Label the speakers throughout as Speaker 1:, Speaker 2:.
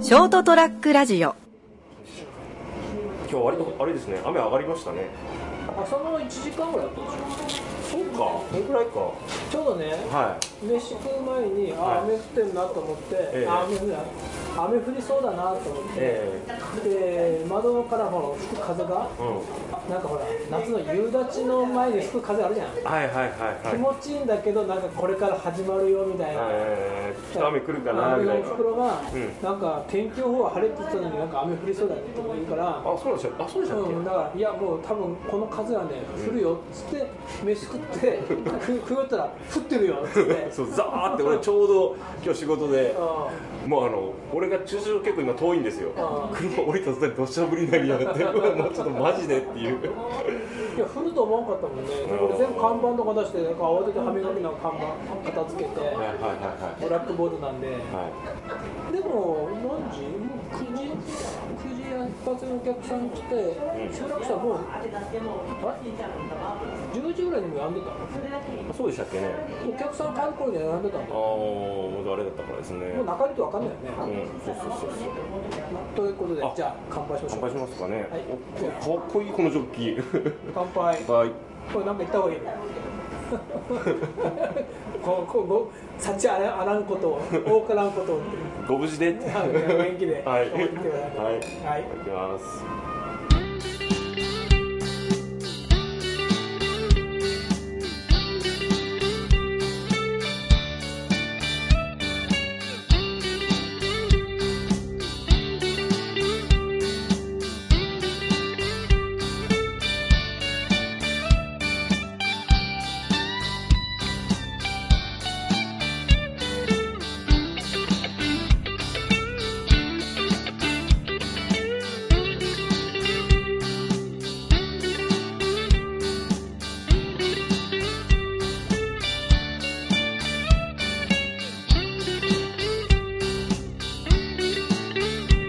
Speaker 1: ショートトラックラジオ
Speaker 2: 今日割とあれですね雨上がりましたね
Speaker 3: 朝の1時間ぐらいあったでし
Speaker 2: そうかこれぐらいか
Speaker 3: ょちょうどね
Speaker 2: は
Speaker 3: 飯食う前に
Speaker 2: はい
Speaker 3: あ雨降ってるなと思って、
Speaker 2: ええ
Speaker 3: あ雨降るな雨降りそうだなと思っ
Speaker 2: い
Speaker 3: て、
Speaker 2: え
Speaker 3: で窓からほら吹く風が
Speaker 2: えうん
Speaker 3: なんかほら夏の夕立の前に吹く風あるじゃん、
Speaker 2: はいはいはい
Speaker 3: 気
Speaker 2: はい
Speaker 3: 持ちいいんだけどなんかこれから始まるよみたいな、
Speaker 2: えー、ちょっと雨来るかな
Speaker 3: あ
Speaker 2: みたい
Speaker 3: の
Speaker 2: な
Speaker 3: 袋が、
Speaker 2: うん
Speaker 3: なんか天気予報は晴れって言ってたのになんか雨降りそうだねとか言うから
Speaker 2: あそうなんですよあそうでしたっけ、
Speaker 3: うん、だからいやもう多分この風はね降るよっつって飯食って 食食い終わったら降ってるよっつって
Speaker 2: そうザーって俺ちょうど今日仕事で
Speaker 3: あ
Speaker 2: もうあの俺が駐車場結構今遠いんですよ
Speaker 3: あ
Speaker 2: 車降りた途端に土砂降りになりやがって うわもうちょっとマジでっていう
Speaker 3: ーいや降ると思わなかったもんね俺全部看板とか出してなんか慌てて歯磨きの看板片付けて
Speaker 2: はいはいはい
Speaker 3: ブラックボードなんで
Speaker 2: はいはい
Speaker 3: でも何時もう9時9時一発のお客さん来て
Speaker 2: ん
Speaker 3: 集落したらもうあれ10時ぐらいにもやんでた
Speaker 2: あそうでしたっけね
Speaker 3: お客さん帰る頃にはやんでたん
Speaker 2: ああ
Speaker 3: だよ
Speaker 2: もうあれだったからですね
Speaker 3: もう中身と分かんないよね、
Speaker 2: うんそうそうそうそう
Speaker 3: ということで
Speaker 2: あ
Speaker 3: じゃあ乾杯しましょ
Speaker 2: 乾
Speaker 3: う
Speaker 2: 杯しますかね、
Speaker 3: はい
Speaker 2: おかっこいいこのジョッキー
Speaker 3: 乾杯
Speaker 2: はい
Speaker 3: これなんか言った方がい いのこうこうご幸あらあらんことを多からんことを
Speaker 2: ご無事でって
Speaker 3: はい元気で
Speaker 2: はい
Speaker 3: 頑張ってくださ
Speaker 2: はい
Speaker 3: はい
Speaker 2: いきます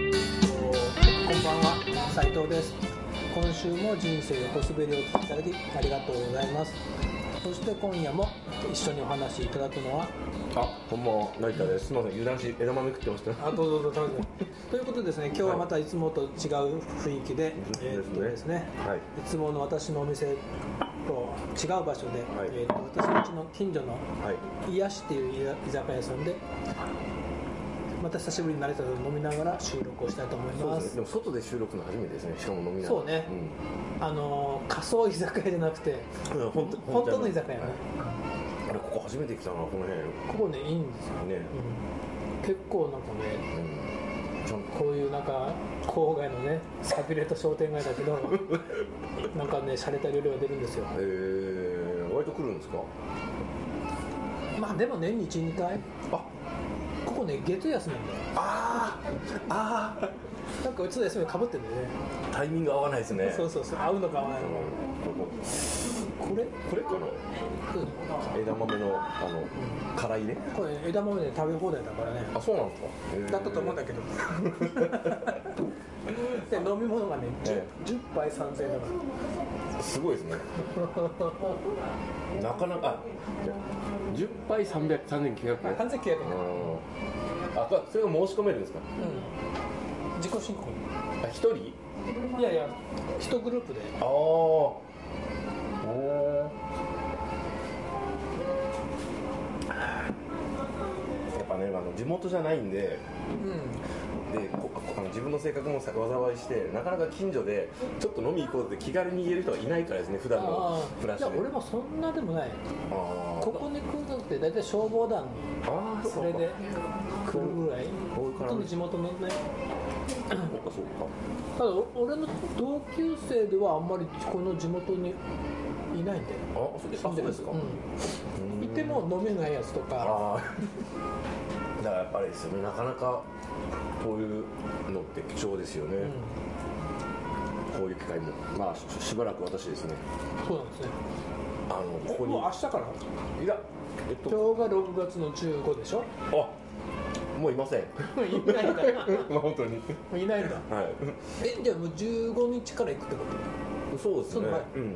Speaker 3: こんばんは斉藤です今週も人生横滑りをお聞きいただきありがとうございますそして今夜も一緒にお話しいただくのは
Speaker 2: あ、こんばんは、成田です。すみません、油断し、枝豆食ってました。
Speaker 3: あどうぞどうぞどうぞということでですね今日はまたいつもと違う雰囲気で、えーっとですね
Speaker 2: はい。
Speaker 3: いつもの私のお店と違う場所で、
Speaker 2: はい
Speaker 3: えーと私の家の近所の
Speaker 2: はい。
Speaker 3: 癒しっていう居酒屋さんでまた久しぶりに慣れたので飲みながら収録をしたいと思い
Speaker 2: そう
Speaker 3: ま
Speaker 2: ですすね。でも外で収録の初めてですね。しかも飲みながら。
Speaker 3: そうねあのー仮想居酒屋じゃなくて
Speaker 2: うん。うん、本当
Speaker 3: 本当の居酒屋ね、
Speaker 2: はいあれここ初めて来たなこの辺ね、
Speaker 3: ここねいいんですよ、うん結構なんかね
Speaker 2: うん、ちゃんと
Speaker 3: こういうなんか郊外のねさびれた商店街だ けどなんかね洒落た料理が出るんですよ
Speaker 2: えー、割と来るんですか
Speaker 3: まあでも年に12回あここね月休みなんだよ
Speaker 2: あーあ
Speaker 3: なんかうちの休みかぶってんだよね
Speaker 2: ータイミング合わないですね
Speaker 3: そうそうそう合うのか合わないのか
Speaker 2: うんこ
Speaker 3: これ
Speaker 2: ここれかな枝豆のあの辛いね
Speaker 3: これ枝豆で食べ放題だからね
Speaker 2: あそうなんですか、えー
Speaker 3: だったと思うんだけ どで飲み物がね 10,
Speaker 2: え
Speaker 3: 10杯3000円だか
Speaker 2: すごいですね。なかなか、十杯三百三千九百
Speaker 3: ら
Speaker 2: 円。
Speaker 3: 完全契約
Speaker 2: あーあ、こそれが申し込めるんですか。
Speaker 3: うん自己申告
Speaker 2: あ、一人。
Speaker 3: いやいや一グループで
Speaker 2: ああ。おお。やっぱね、あの地元じゃないんで。
Speaker 3: う
Speaker 2: でここあの自分の性格もさ災いしてなかなか近所でちょっと飲み行こうって気軽に言える人はいないからですね普
Speaker 3: ん
Speaker 2: 段の暮らし
Speaker 3: い
Speaker 2: で
Speaker 3: や俺もそんなでもない
Speaker 2: あー
Speaker 3: ここに来るのって大体消防団
Speaker 2: あー
Speaker 3: それ
Speaker 2: うか
Speaker 3: で来るぐらい
Speaker 2: こういう
Speaker 3: ほ
Speaker 2: 絡
Speaker 3: とん
Speaker 2: み
Speaker 3: ど地元のね
Speaker 2: そうかそうか
Speaker 3: ただお俺の同級生ではあんまりこの地元にいないんだよ
Speaker 2: あ、そうですあそうですか。
Speaker 3: うん、いても飲めないやつとか
Speaker 2: ああ。 だからやっぱりですよね。なかなかこういうのって貴重ですよね。
Speaker 3: うん
Speaker 2: こういう機会も。まあししばらく私ですね。
Speaker 3: そうなんですね
Speaker 2: あのここに
Speaker 3: もう明日から
Speaker 2: いやえっ
Speaker 3: 今日
Speaker 2: と
Speaker 3: が6月の15でしょ
Speaker 2: あもういません。
Speaker 3: いないんだも
Speaker 2: ま あ本当に。
Speaker 3: ういないんだ
Speaker 2: はい。
Speaker 3: えじゃあもう15日から行くってこ
Speaker 2: そうです
Speaker 3: そう
Speaker 2: ね
Speaker 3: はい。
Speaker 2: うん。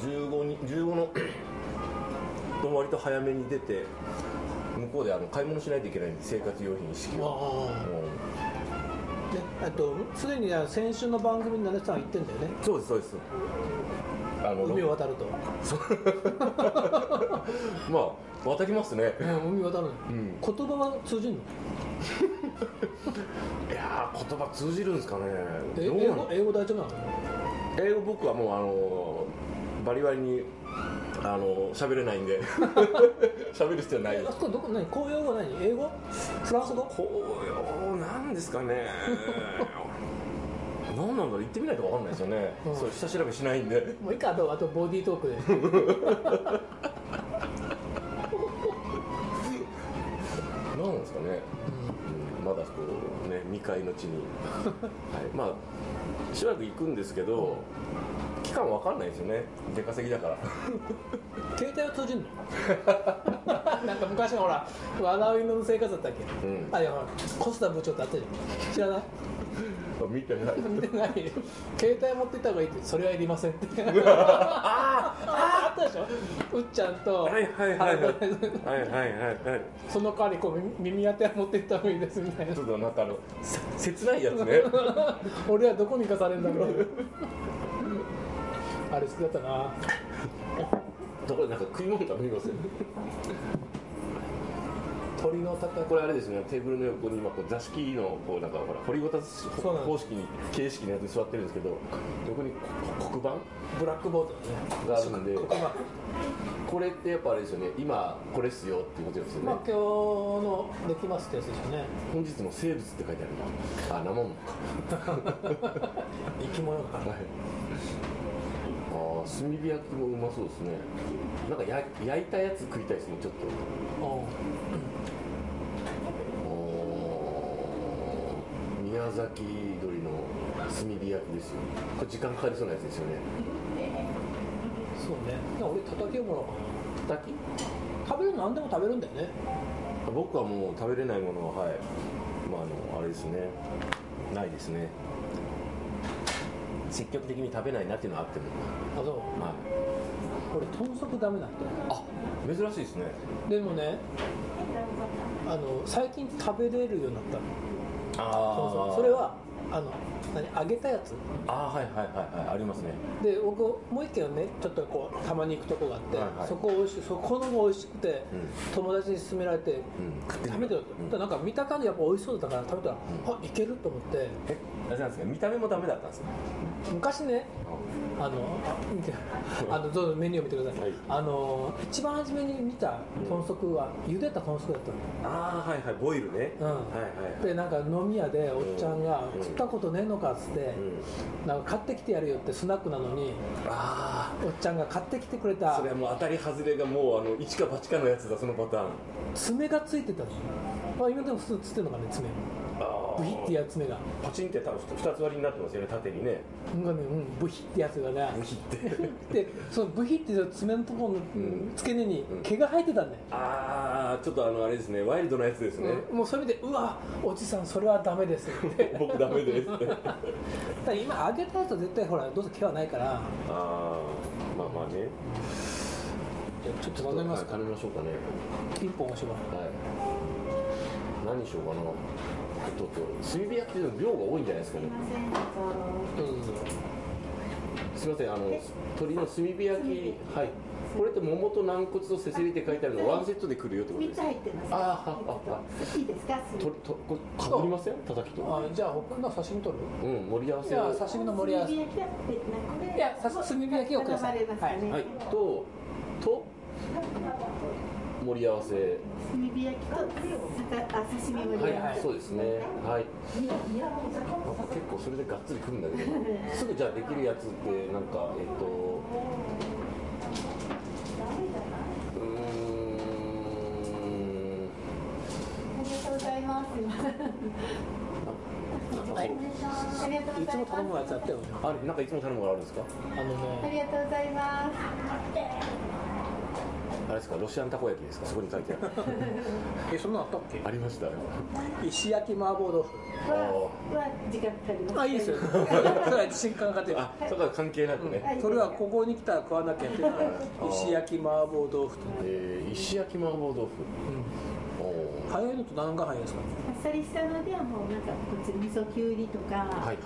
Speaker 2: 十五に十五の の割と早めに出て向こうであの買い物しないといけないんで生活用品一式を。
Speaker 3: とあ
Speaker 2: うん
Speaker 3: ね、あとすでに先週の番組に奈良さんは言ってんだよね
Speaker 2: そうですそうですあの
Speaker 3: 海を渡ると、
Speaker 2: そうまあ渡りますね
Speaker 3: うん、海渡るの、
Speaker 2: うん
Speaker 3: 言葉は通じるの
Speaker 2: いやー言葉通じるんですかね
Speaker 3: え
Speaker 2: どう
Speaker 3: 英
Speaker 2: な
Speaker 3: 語
Speaker 2: の
Speaker 3: 英語大丈夫なの
Speaker 2: 英語僕はもうあのーバリバリにあのー喋れないんで喋る必要ない
Speaker 3: えあそこどこ何公用語何英語フランス語
Speaker 2: こうよなんですか ね何なんだろう行ってみないと分かんないですよね、
Speaker 3: うん
Speaker 2: そう下調べしないんで
Speaker 3: もういいかあとあとボディートー クで
Speaker 2: 何なんですかね、うんまだこうね未開の地 に、はい、まあしばらく行くんですけど、期間分かんないですよね出稼ぎだから
Speaker 3: 携帯は通じるの なんか昔のほら笑いの生活だったっけ、
Speaker 2: うん
Speaker 3: あいやほらコスタ部長ってあったじゃん知らない
Speaker 2: 見てない
Speaker 3: 見てない携帯持ってった方がいいってそれはいりませんって
Speaker 2: あ
Speaker 3: あったでしょうっちゃんと、
Speaker 2: あはいはいはいはい
Speaker 3: 原田さん
Speaker 2: はいはいはいはい
Speaker 3: その代わりこう耳耳当ては持ってった方がいいですみたいな
Speaker 2: ちょっとなんかあのせ切ないやつね
Speaker 3: 俺はどこに行かされるんだろうあれ好きだったな
Speaker 2: ところでなんか食い物食べます
Speaker 3: 鳥のたた
Speaker 2: これあれですねテーブルの横に今こう座敷のこうなんかほら掘りごたつ
Speaker 3: そうなんです
Speaker 2: 方式に形式のやつに座ってるんですけど横にここ黒
Speaker 3: ブラックボード
Speaker 2: 板があるんで
Speaker 3: ねここが
Speaker 2: これってやっぱあれですよね今これっすよっていうことですよね
Speaker 3: まあ今日のできますってやつですよね
Speaker 2: 本日の生物って書いてあるなあ生もんか
Speaker 3: 生き物が
Speaker 2: はいあー炭火焼きもうまそうですねなんかや焼いたやつ食いたいですねちょっと
Speaker 3: う
Speaker 2: おー宮崎鶏の炭火焼きですよこれ時間かかりそうなやつですよね
Speaker 3: んそうねだから俺たたきをもらおうかな
Speaker 2: 炊き
Speaker 3: 食べるの何でも食べるんだよね
Speaker 2: 僕はもう食べれないものははいまああのあれですねないですね積極的に食べないなっていうのはあっても
Speaker 3: あそう
Speaker 2: はい
Speaker 3: 俺豚足ダメなんだよ
Speaker 2: あ珍しいですね
Speaker 3: でもねあの最近食べれるようになったの
Speaker 2: あ
Speaker 3: そう
Speaker 2: あ
Speaker 3: そうそれはあの何揚げたやつ
Speaker 2: あーはいはいはいはいありますね
Speaker 3: で僕もう一軒ねちょっとこうたまに行くとこがあって、
Speaker 2: はいはい
Speaker 3: そこ美味しいそこのも美味しくて、
Speaker 2: う
Speaker 3: 友達に勧められて、
Speaker 2: ん
Speaker 3: 食べてよ
Speaker 2: うん
Speaker 3: と、なんか見た感じやっぱ美味しそうだったから食べたら、あいけると思って
Speaker 2: えあれなんですか見た目もダメだったんですか
Speaker 3: 昔ね あのあ見てあのどうぞメニューを見てください、
Speaker 2: はい
Speaker 3: あの一番初めに見た豚足は、茹でた豚足だったの
Speaker 2: ああはいはいボイルね、
Speaker 3: うん
Speaker 2: はいはいはい
Speaker 3: でなんか飲み屋でおっちゃんが
Speaker 2: うん
Speaker 3: 食ったことねえのかっつって、
Speaker 2: うん
Speaker 3: なんか買ってきてやるよってスナックなのに
Speaker 2: あ
Speaker 3: おっちゃんが買ってきてくれ
Speaker 2: あ
Speaker 3: た
Speaker 2: それはもう当たり外れがもうあの一か八かのやつだそのパターン
Speaker 3: 爪がついてたの、まあ、今でも普通つってるのかね爪
Speaker 2: あ
Speaker 3: ブヒってやつ爪が
Speaker 2: パチンって多分二つ割りになってますよね縦にね
Speaker 3: なんかね、うん、ブヒってやつがね
Speaker 2: ブヒって
Speaker 3: でそのブヒっていう爪のところの、うん付け根に
Speaker 2: ん
Speaker 3: 毛が生えてたんだよ、
Speaker 2: ああちょっとあのあれですねワイルドなやつですね、
Speaker 3: うんもうそれ見てうわおじさんそれはダメですって
Speaker 2: 僕ダメですって
Speaker 3: だから今揚げたやつは絶対ほらどうせ毛はないから
Speaker 2: ああまあまあね
Speaker 3: じゃあちょっと頼みますか
Speaker 2: 頼みましょうかね
Speaker 3: ピンポン押します
Speaker 2: はい何にしようかなちょっと炭火焼きの量が多いんじゃないですかね
Speaker 3: どうぞどうぞ
Speaker 2: すみませんあの鶏の炭火焼きはいこれって桃と軟骨とせせりって書いてあるのワンセットで来るよってことで
Speaker 1: 三つ
Speaker 2: すか
Speaker 1: 入ってます。
Speaker 2: あああ
Speaker 1: いいですか。す
Speaker 2: ととこれかぶりません叩きと
Speaker 3: あじゃあ僕の刺身取る
Speaker 2: うん盛り合わ
Speaker 3: い
Speaker 2: せ
Speaker 3: や
Speaker 2: を
Speaker 3: 刺身の盛り合わせいやさす炭火焼きをください
Speaker 1: 頼まれますね
Speaker 2: はい、と、と、盛り合わせ。
Speaker 1: 炭火焼きとさたあ刺身盛り合わ
Speaker 2: はい、そうですね。はい。なんか結構それでがっつりくるんだけど、すぐじゃあできるやつって、なんか、えっ、と、うー
Speaker 1: せ。ありがとうございます。
Speaker 2: ん、
Speaker 3: はい
Speaker 1: ありがとう
Speaker 3: い
Speaker 1: ご
Speaker 3: つ
Speaker 1: ざい
Speaker 3: も頼む
Speaker 1: ま
Speaker 3: やつあったよ
Speaker 2: ある、なんかいつも頼むのがあるんですか
Speaker 3: あの
Speaker 1: す。あ
Speaker 3: ね
Speaker 1: りがとうございま
Speaker 2: あれですか、ロシアンたこ焼きですかそこに書いて ある。
Speaker 3: えそんなのあったっけ
Speaker 2: ありました。
Speaker 3: 石焼き麻婆豆腐
Speaker 1: す。はは時間かかります。
Speaker 3: あいいですよそれは新感覚で
Speaker 2: あ、そこは関係なくね。
Speaker 1: はい
Speaker 3: それはここに来たら食わなきゃいけない
Speaker 2: ー
Speaker 3: 石焼き麻婆豆腐と、
Speaker 2: えー石焼き麻婆豆腐。
Speaker 3: うん
Speaker 2: おー
Speaker 3: カレーだと何が入るんですか
Speaker 1: っさりしたのではもうなんかこっち味噌きゅうりとか、
Speaker 2: はいはいはい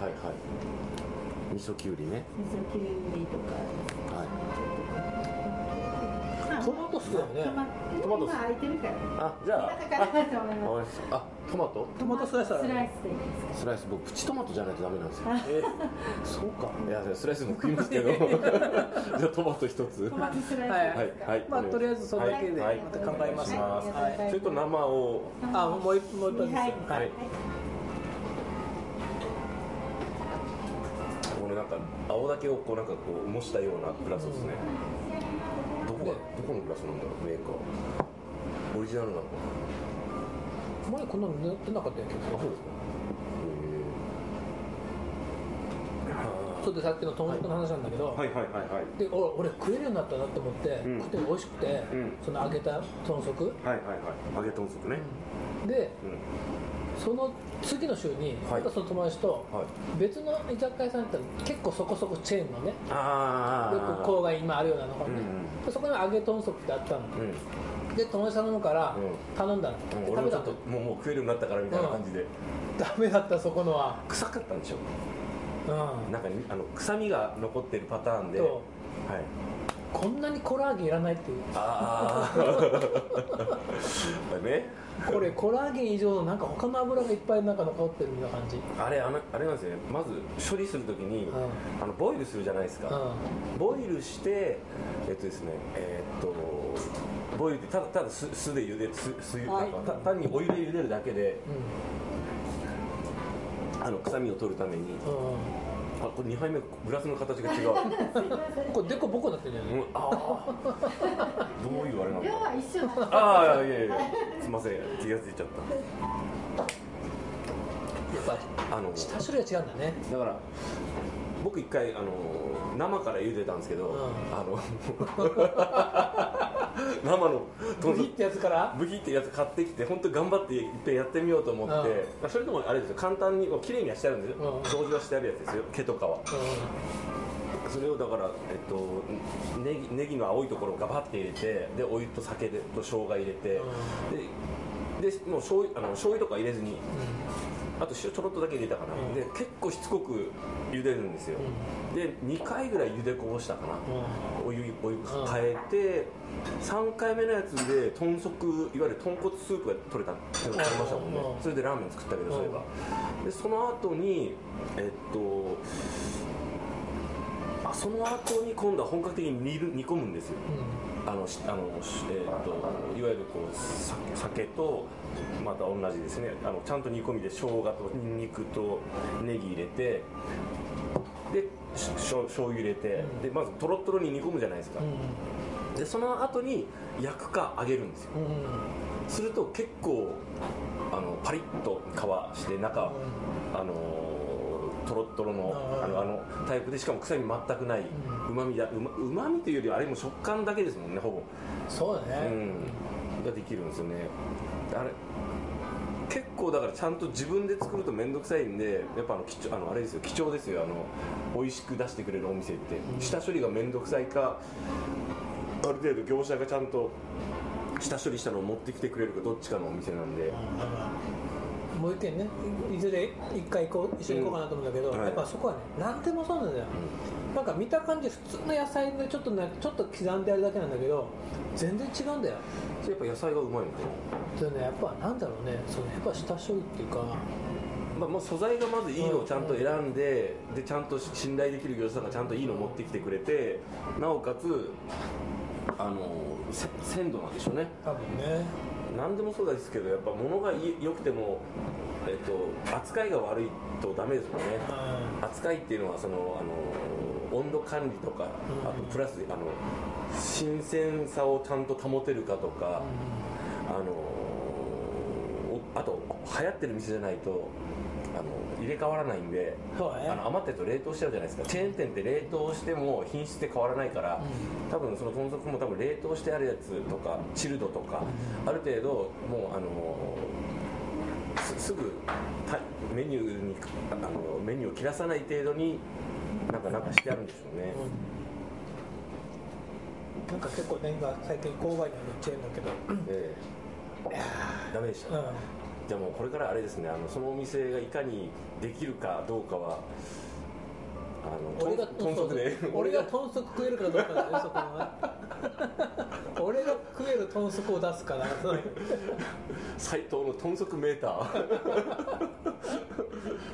Speaker 2: 味噌きゅうりね
Speaker 1: 味噌きゅうりとか、
Speaker 2: はい
Speaker 1: まあ
Speaker 3: トマト好きだよね
Speaker 1: ト
Speaker 2: ト
Speaker 1: マ
Speaker 2: マト
Speaker 1: ト今空いてるから
Speaker 2: あじゃあ
Speaker 1: だからだと思い
Speaker 2: あわか
Speaker 1: ま
Speaker 2: りましたあトマト
Speaker 1: す
Speaker 3: トマトスライスだね
Speaker 1: スライスでいいです
Speaker 2: スライス僕プチトマトじゃないとダメなんですよ
Speaker 3: えそうか
Speaker 2: いやスライスも食います けどじゃあトマト一つ
Speaker 1: トマトスライス
Speaker 3: はい
Speaker 2: はいはい
Speaker 3: ま
Speaker 2: お
Speaker 3: あ
Speaker 2: 願いしす
Speaker 3: とりあえずそれだけで
Speaker 2: はい
Speaker 3: また乾杯ます
Speaker 2: お願いしま
Speaker 3: はい
Speaker 2: すそれと生を
Speaker 3: あもう一もう一杯ずつ
Speaker 1: は
Speaker 3: は
Speaker 1: いはいい
Speaker 2: このなんか青だけをこうなんかこう模したようなグラスですねどこがどこのグラスなんだろうメーカーオリジナルなのか
Speaker 3: 前こんなの塗ってなかったやけ
Speaker 2: なあ
Speaker 3: ど
Speaker 2: そうですか
Speaker 3: ちょっとさっきのトマトの話なんだけど、
Speaker 2: へえはいはいはいはい
Speaker 3: でお俺食えるようになったなって思って、
Speaker 2: ん
Speaker 3: 食って美味しくて、
Speaker 2: うん
Speaker 3: その揚げた豚足
Speaker 2: はいはいはい揚げ豚足ね
Speaker 3: で
Speaker 2: うん
Speaker 3: その次の週に
Speaker 2: は
Speaker 3: ま
Speaker 2: い
Speaker 3: たその友達と
Speaker 2: はい
Speaker 3: 別の居酒屋さん行ったら結構そこそこチェーンのね
Speaker 2: あ
Speaker 3: よく郊外に今あるようなのがね、
Speaker 2: うん
Speaker 3: でそこに揚げ豚足ってあったの
Speaker 2: うん
Speaker 3: で友達頼むから
Speaker 2: うん
Speaker 3: 頼んだの、
Speaker 2: うん
Speaker 3: で
Speaker 2: 俺
Speaker 3: 食
Speaker 2: も
Speaker 3: べ
Speaker 2: ち
Speaker 3: た
Speaker 2: ょっと
Speaker 3: の
Speaker 2: もうもう食えるようになったからみたいな感じで、
Speaker 3: ダメだったそこのは
Speaker 2: 臭かったんでしょ
Speaker 3: うん
Speaker 2: なんかにあの臭みが残ってるパターンで、はい
Speaker 3: そ、こんなにコラーゲンいらないっていう
Speaker 2: ああ ね
Speaker 3: これコラーゲン以上のなんか他の油がいっぱいなんか残ってるみたいな感じ
Speaker 2: あれあのあれなんですよねまず処理するときに、
Speaker 3: うん
Speaker 2: あのボイルするじゃないです
Speaker 3: う
Speaker 2: か、
Speaker 3: ん
Speaker 2: ボイルしてえっとですねえーっとボイルってただただ酢酢で茹で酢酢なんか
Speaker 1: はい
Speaker 2: た単にお湯で茹でるだけであの臭みを取るために
Speaker 3: うん、うん
Speaker 2: あこれ2杯目グラスの形が違 う、
Speaker 3: これデコボコになってるんじゃな
Speaker 2: う
Speaker 3: い
Speaker 2: ん、ああどういうあれなんだ
Speaker 1: 量
Speaker 2: ろう
Speaker 1: は一緒なんです
Speaker 2: ああいやいやいやすいません気がついちゃっ
Speaker 3: やっぱ
Speaker 2: たあの
Speaker 3: 下処理が違うんだね
Speaker 2: だから僕一回あの生から茹でたんですけど、
Speaker 3: うん
Speaker 2: あの 生の
Speaker 3: ブギってやつから
Speaker 2: ブギってやつ買ってきて本当頑張っていっぺんやってみようと思って、
Speaker 3: う
Speaker 2: ま
Speaker 3: ん
Speaker 2: あそれともあれですよ簡単にもう綺麗にはしてあるんですよ、
Speaker 3: うん
Speaker 2: 掃除はしてあるやつですよ毛とかはそれをだから、えっと、ネギネギの青いところをガバッて入れてでお湯と酒でと生姜入れて、ででもう醤油あの醤油とか入れずにあと塩ちょろっとだけ入れたかな、
Speaker 3: うん
Speaker 2: で結構しつこく茹でるんですよ、で2回ぐらい茹でこぼしたかな、
Speaker 3: うんうん
Speaker 2: お湯お湯変えて、3回目のやつで豚足いわゆる豚骨スープが取れたっていうのがありましたもんね、
Speaker 3: うん
Speaker 2: それでラーメン作ったけどそういえば、でその後にえっとあその後に今度は本格的に煮る煮込むんですよあのしあの、しえー、といわゆるこうさ酒とまた同じですねあのちゃんと煮込みで生姜とニンニクとネギ入れてでししょ醤油入れて
Speaker 3: うん
Speaker 2: でまずとろっとろに煮込むじゃないですか
Speaker 3: うん
Speaker 2: でその後に焼くか揚げるんですよ
Speaker 3: うんうん
Speaker 2: すると結構あのパリッと皮して中はあのーとろっとろの
Speaker 3: あー
Speaker 2: あのあのタイプでしかも臭み全くないううまみだうまうまみというよりはあれも食感だけですもんねほぼ
Speaker 3: そうだね
Speaker 2: うん、ができるんですよねあれ結構だからちゃんと自分で作ると面倒くさいんでやっぱあの貴重あのあれですよ貴重ですよあの美味しく出してくれるお店って、
Speaker 3: ん
Speaker 2: 下処理が面倒くさいかある程度業者がちゃんと下処理したのを持ってきてくれるかどっちかのお店なんで、
Speaker 3: もう一軒ねいいずれ一回行こう一緒に行こうかなと思うんだけど、
Speaker 2: うんはい
Speaker 3: やっぱそこはね何でもそうなんだよ、なんか見た感じ普通の野菜でちょっとねちょっと刻んであるだけなんだけど全然違うんだよ
Speaker 2: やっぱ野菜がうまいのか
Speaker 3: それねやっぱなんだろうねそのやっぱ下処理っていうか
Speaker 2: な、まあ、まあ素材がまずいいのをちゃんと選んででちゃんと信頼できる業者さんがちゃんといいのを持ってきてくれてなおかつあのせ鮮度なんでしょうね
Speaker 3: 多分ね
Speaker 2: 何でもそうですけどやっぱ物がい良くても、えっと、扱いが悪いとダメですもんね扱いっていうのはそのあの温度管理とか
Speaker 3: うん
Speaker 2: あとプラスあの新鮮さをちゃんと保てるかとかあのおあと流行ってる店じゃないとあの入れ替わらないんで。
Speaker 3: そうだね
Speaker 2: あの余ってると冷凍しちゃうじゃないですかチェーン店って冷凍しても品質って変わらないから、多分その豚足も多分冷凍してあるやつとかチルドとか、ある程度もうあのすすぐたメニューにあのメニューを切らさない程度になんかなんかしてあるんでしょうね、
Speaker 3: なんか結構ね今最近郊外にあるチェーンだけど
Speaker 2: ええダメでした、じゃあもうこれからあれですねあのそのお店がいかにできるかどうかはあの
Speaker 3: 俺が
Speaker 2: 豚足で
Speaker 3: そうそう俺が豚足食えるかどうかだねそこは俺が食える豚足を出すからそれ
Speaker 2: 斎藤の豚足メーター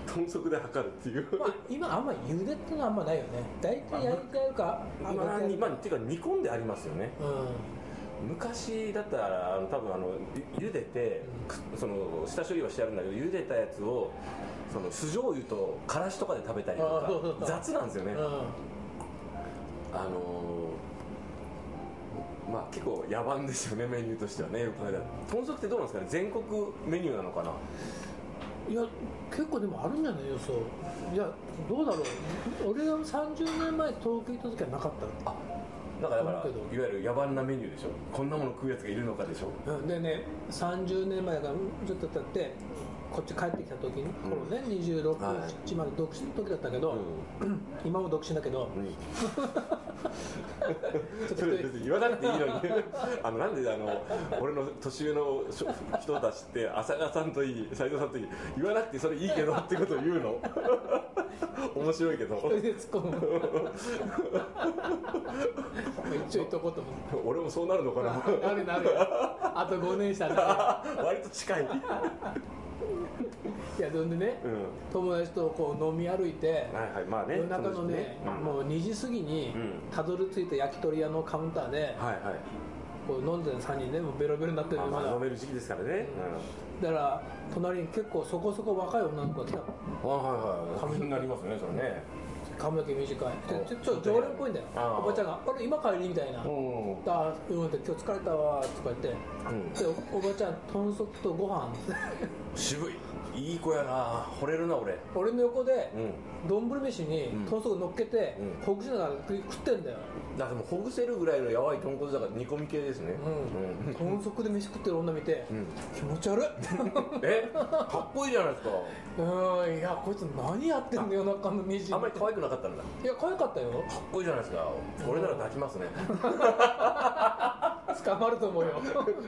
Speaker 2: 豚足で測るっていう
Speaker 3: まあ今あんま茹でってのはあんまないよね大体焼いてやるか
Speaker 2: 今
Speaker 3: 揚げてや
Speaker 2: に
Speaker 3: る
Speaker 2: ま
Speaker 3: か
Speaker 2: あっていうか煮込んでありますよね
Speaker 3: う
Speaker 2: 昔だったらあの多分あのゆ茹でてくその下処理はしてあるんだけど茹でたやつをその酢醤油とからしとかで食べたり
Speaker 3: あそうそう
Speaker 2: とか
Speaker 3: そう
Speaker 2: 雑なんですよね、
Speaker 3: んうん
Speaker 2: あのーまあ結構野蛮ですよねメニューとしてはねよく考えたら豚足ってどうなんですかね全国メニューなのかない
Speaker 3: や結構でもあるんじゃないよそういやどうだろう俺が30年前東京行った時はなかった
Speaker 2: あだからだから
Speaker 3: あるけど
Speaker 2: いわゆる野蛮なメニューでしょこんなもの食うやつがいるのかでしょ
Speaker 3: うんでね30年前だからちょっと経ってこっち帰ってきた時に、
Speaker 2: うん
Speaker 3: このね26、
Speaker 2: はい
Speaker 3: 7まで独身の時だったけど、今も独身だけど
Speaker 2: うん
Speaker 3: ちょっ
Speaker 2: そ
Speaker 3: と一
Speaker 2: れ
Speaker 3: 人
Speaker 2: 別に言わなくていいのにあのなんであの俺の年上の人人たちって浅川さんといい斉藤さんといい言わなくてそれいいけどってことを言う の面白いけど
Speaker 3: 一人で突っ込む一応言っとこうと思って
Speaker 2: 俺もそうなるのかな
Speaker 3: なるなるよあと5年したら
Speaker 2: 割と近い、うん、
Speaker 3: いやそんでね友達とこう飲み歩いて、
Speaker 2: はいはいまあね
Speaker 3: 夜中のね、
Speaker 2: そうです
Speaker 3: もう2時過ぎに
Speaker 2: うん
Speaker 3: たどり着いた焼き鳥屋のカウンターで、
Speaker 2: はいはい
Speaker 3: こう飲んでる3人でもうベロベロになってる
Speaker 2: まあ
Speaker 3: ま
Speaker 2: まあ
Speaker 3: だ
Speaker 2: 飲める時期ですからね、
Speaker 3: だから隣に結構そこそこ若い女の子が来たの
Speaker 2: うん、あはいはい
Speaker 3: 髪
Speaker 2: になりますよねそれね
Speaker 3: 髪の毛短い
Speaker 2: お
Speaker 3: でちょちょっと常連っぽいんだよ
Speaker 2: あー
Speaker 3: おばちゃんが「あれ今帰り?」みたいな「
Speaker 2: んうん
Speaker 3: あーうん」って「今日疲れたわ」とか言ってでおおばちゃん豚足と ご飯
Speaker 2: 渋いいい子やな惚れるな俺
Speaker 3: 俺の横で
Speaker 2: うん
Speaker 3: 丼飯に
Speaker 2: うん
Speaker 3: 豚足乗っけて
Speaker 2: うん
Speaker 3: ほぐしながら食い食ってんだよ
Speaker 2: だからもうほぐせるぐらいのやばい豚骨だから煮込み系ですね
Speaker 3: うん
Speaker 2: うん
Speaker 3: 豚足で飯食ってる女見て
Speaker 2: うん
Speaker 3: 気持ち悪い
Speaker 2: えかっこいいじゃないですか
Speaker 3: うんいやこいつ何やってんの夜中の2時
Speaker 2: あんまり可愛くなかったんだか
Speaker 3: いや可愛かったよ
Speaker 2: っこいいじゃないですか俺なら抱きますね
Speaker 3: 捕まると思 うよ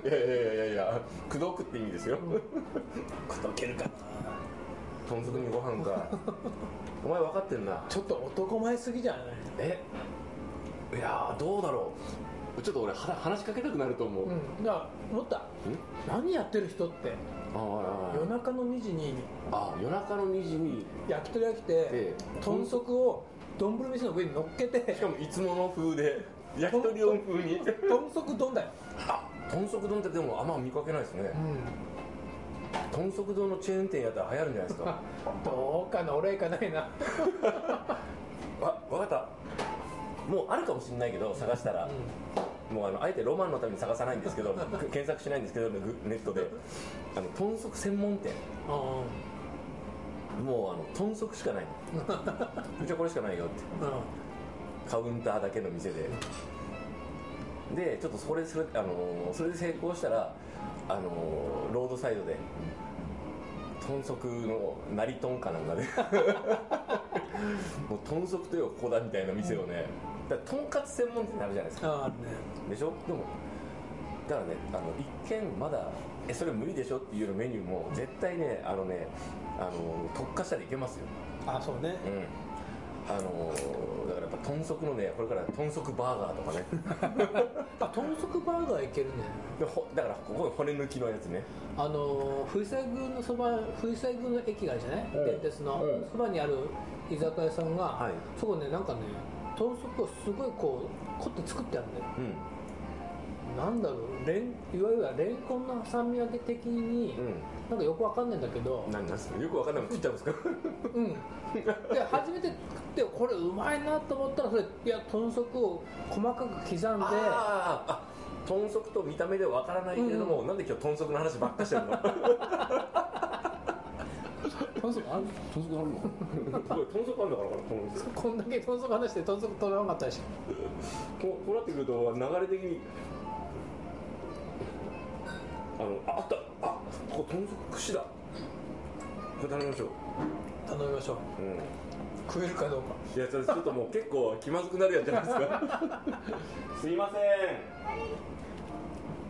Speaker 2: いやいやいやいやいや口説くって意味ですよ
Speaker 3: 口説けるかな
Speaker 2: 豚足にご飯かお前分かってんな
Speaker 3: ちょっと男前すぎじゃない
Speaker 2: えいやーどうだろうちょっと俺は話しかけたくなると思う、うん、
Speaker 3: うんだから思った何やってる人って
Speaker 2: ああ
Speaker 3: 夜中の2時に
Speaker 2: あ夜中の2時に
Speaker 3: 焼き鳥が
Speaker 2: え
Speaker 3: 来て
Speaker 2: え
Speaker 3: 豚足を丼飯の上に乗っけ て
Speaker 2: しかもいつもの風で焼き鳥丼風に
Speaker 3: 豚足丼だよ、
Speaker 2: あ豚足丼ってでもあんま見かけないですね
Speaker 3: うん、
Speaker 2: 豚足丼のチェーン店やったら流行るんじゃないです か
Speaker 3: どうかな俺はいかないな
Speaker 2: あ分かったもうあるかもしれないけど探したら、もうあのあえてロマンのために探さないんですけど検索しないんですけどグネットであの豚足専門店
Speaker 3: うん
Speaker 2: もうあの豚足しかないうちはこれしかないよって
Speaker 3: うん
Speaker 2: カウンターだけの店ででちょっとそれそれ,、あのーそれで成功したら、あのーロードサイドで豚足のなり豚かなんかで もう豚足といえばここだみたいな店をねだからとんかつ専門店になるじゃないですか
Speaker 3: ああね
Speaker 2: でしょでもだからねあの一見まだえそれ無理でしょっていうようなメニューも絶対ねあのねあのー特化したらいけますよ
Speaker 3: あそうね
Speaker 2: うんあのーだからやっぱ豚足のねこれから豚足バーガーとかね
Speaker 3: あ豚足バーガーいけるね
Speaker 2: でほだからここ骨抜きのやつね
Speaker 3: あのー、西宮のそば富士宮の駅があるじゃない
Speaker 2: うん
Speaker 3: 電鉄の
Speaker 2: うん
Speaker 3: そばにある居酒屋さんが、
Speaker 2: はい
Speaker 3: そこねなんかね豚足をすごいこう凝って作ってあるんだよ
Speaker 2: うん
Speaker 3: なんだろうレンいわゆるレンコンの挟み揚げ的に、
Speaker 2: う
Speaker 3: なんかよくわかんないんだけど
Speaker 2: ん何なんですかよくわかんないもん食っちゃうん ですか
Speaker 3: うんで初めて食ってこれうまいなと思ったらそれいや豚足を細かく刻んで
Speaker 2: あーあ豚足と見た目でわからないけれども、なんで今日豚足の話ばっかしてるの
Speaker 3: 豚足
Speaker 2: 豚足あ
Speaker 3: あん
Speaker 2: るの すごい豚足あるのかなこの店
Speaker 3: こんだけ豚足話して豚足取らなかったでしょ
Speaker 2: こうこうなってくると流れ的にあのああったあここ豚足串だこれ頼みましょう
Speaker 3: 頼みましょう
Speaker 2: うん
Speaker 3: 食えるかどうか
Speaker 2: いやそれちょっともう結 構気まずくなるやつじゃないですかすいません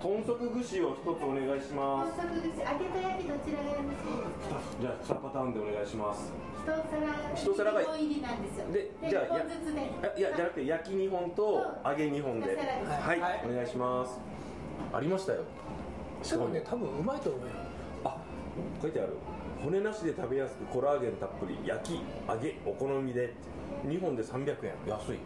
Speaker 2: 豚足串を一つお願いしま
Speaker 1: 高
Speaker 2: す
Speaker 1: 速串揚げと焼きどちらがよろしいですか
Speaker 2: じゃあ2パターンでお願いします
Speaker 1: 一皿
Speaker 2: 一皿が
Speaker 1: 一本入りなんですよ
Speaker 2: でじゃあ
Speaker 1: 一
Speaker 2: や
Speaker 1: 本ずつで
Speaker 2: いやじゃなくて焼き2本と揚げ2本で
Speaker 1: 二皿です
Speaker 2: はい、
Speaker 3: はい
Speaker 2: お願いしますありましたよ
Speaker 3: すごいね多分うまいと思うよ
Speaker 2: あ書いてある骨なしで食べやすくコラーゲンたっぷり焼き揚げお好みで2本で300円安い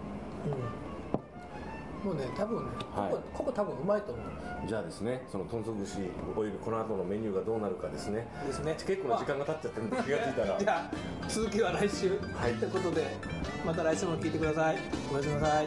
Speaker 3: うんもうね多分ねここ,、
Speaker 2: はい
Speaker 3: ここ多分うまいと思う
Speaker 2: じゃあですねその豚足串およびこの後のメニューがどうなるかですね
Speaker 3: ですね
Speaker 2: 結構時間が経っちゃってるんで気がついたら
Speaker 3: じゃあ続きは来週、
Speaker 2: はい
Speaker 3: ということでまた来週も聞いてくださいおやすみなさい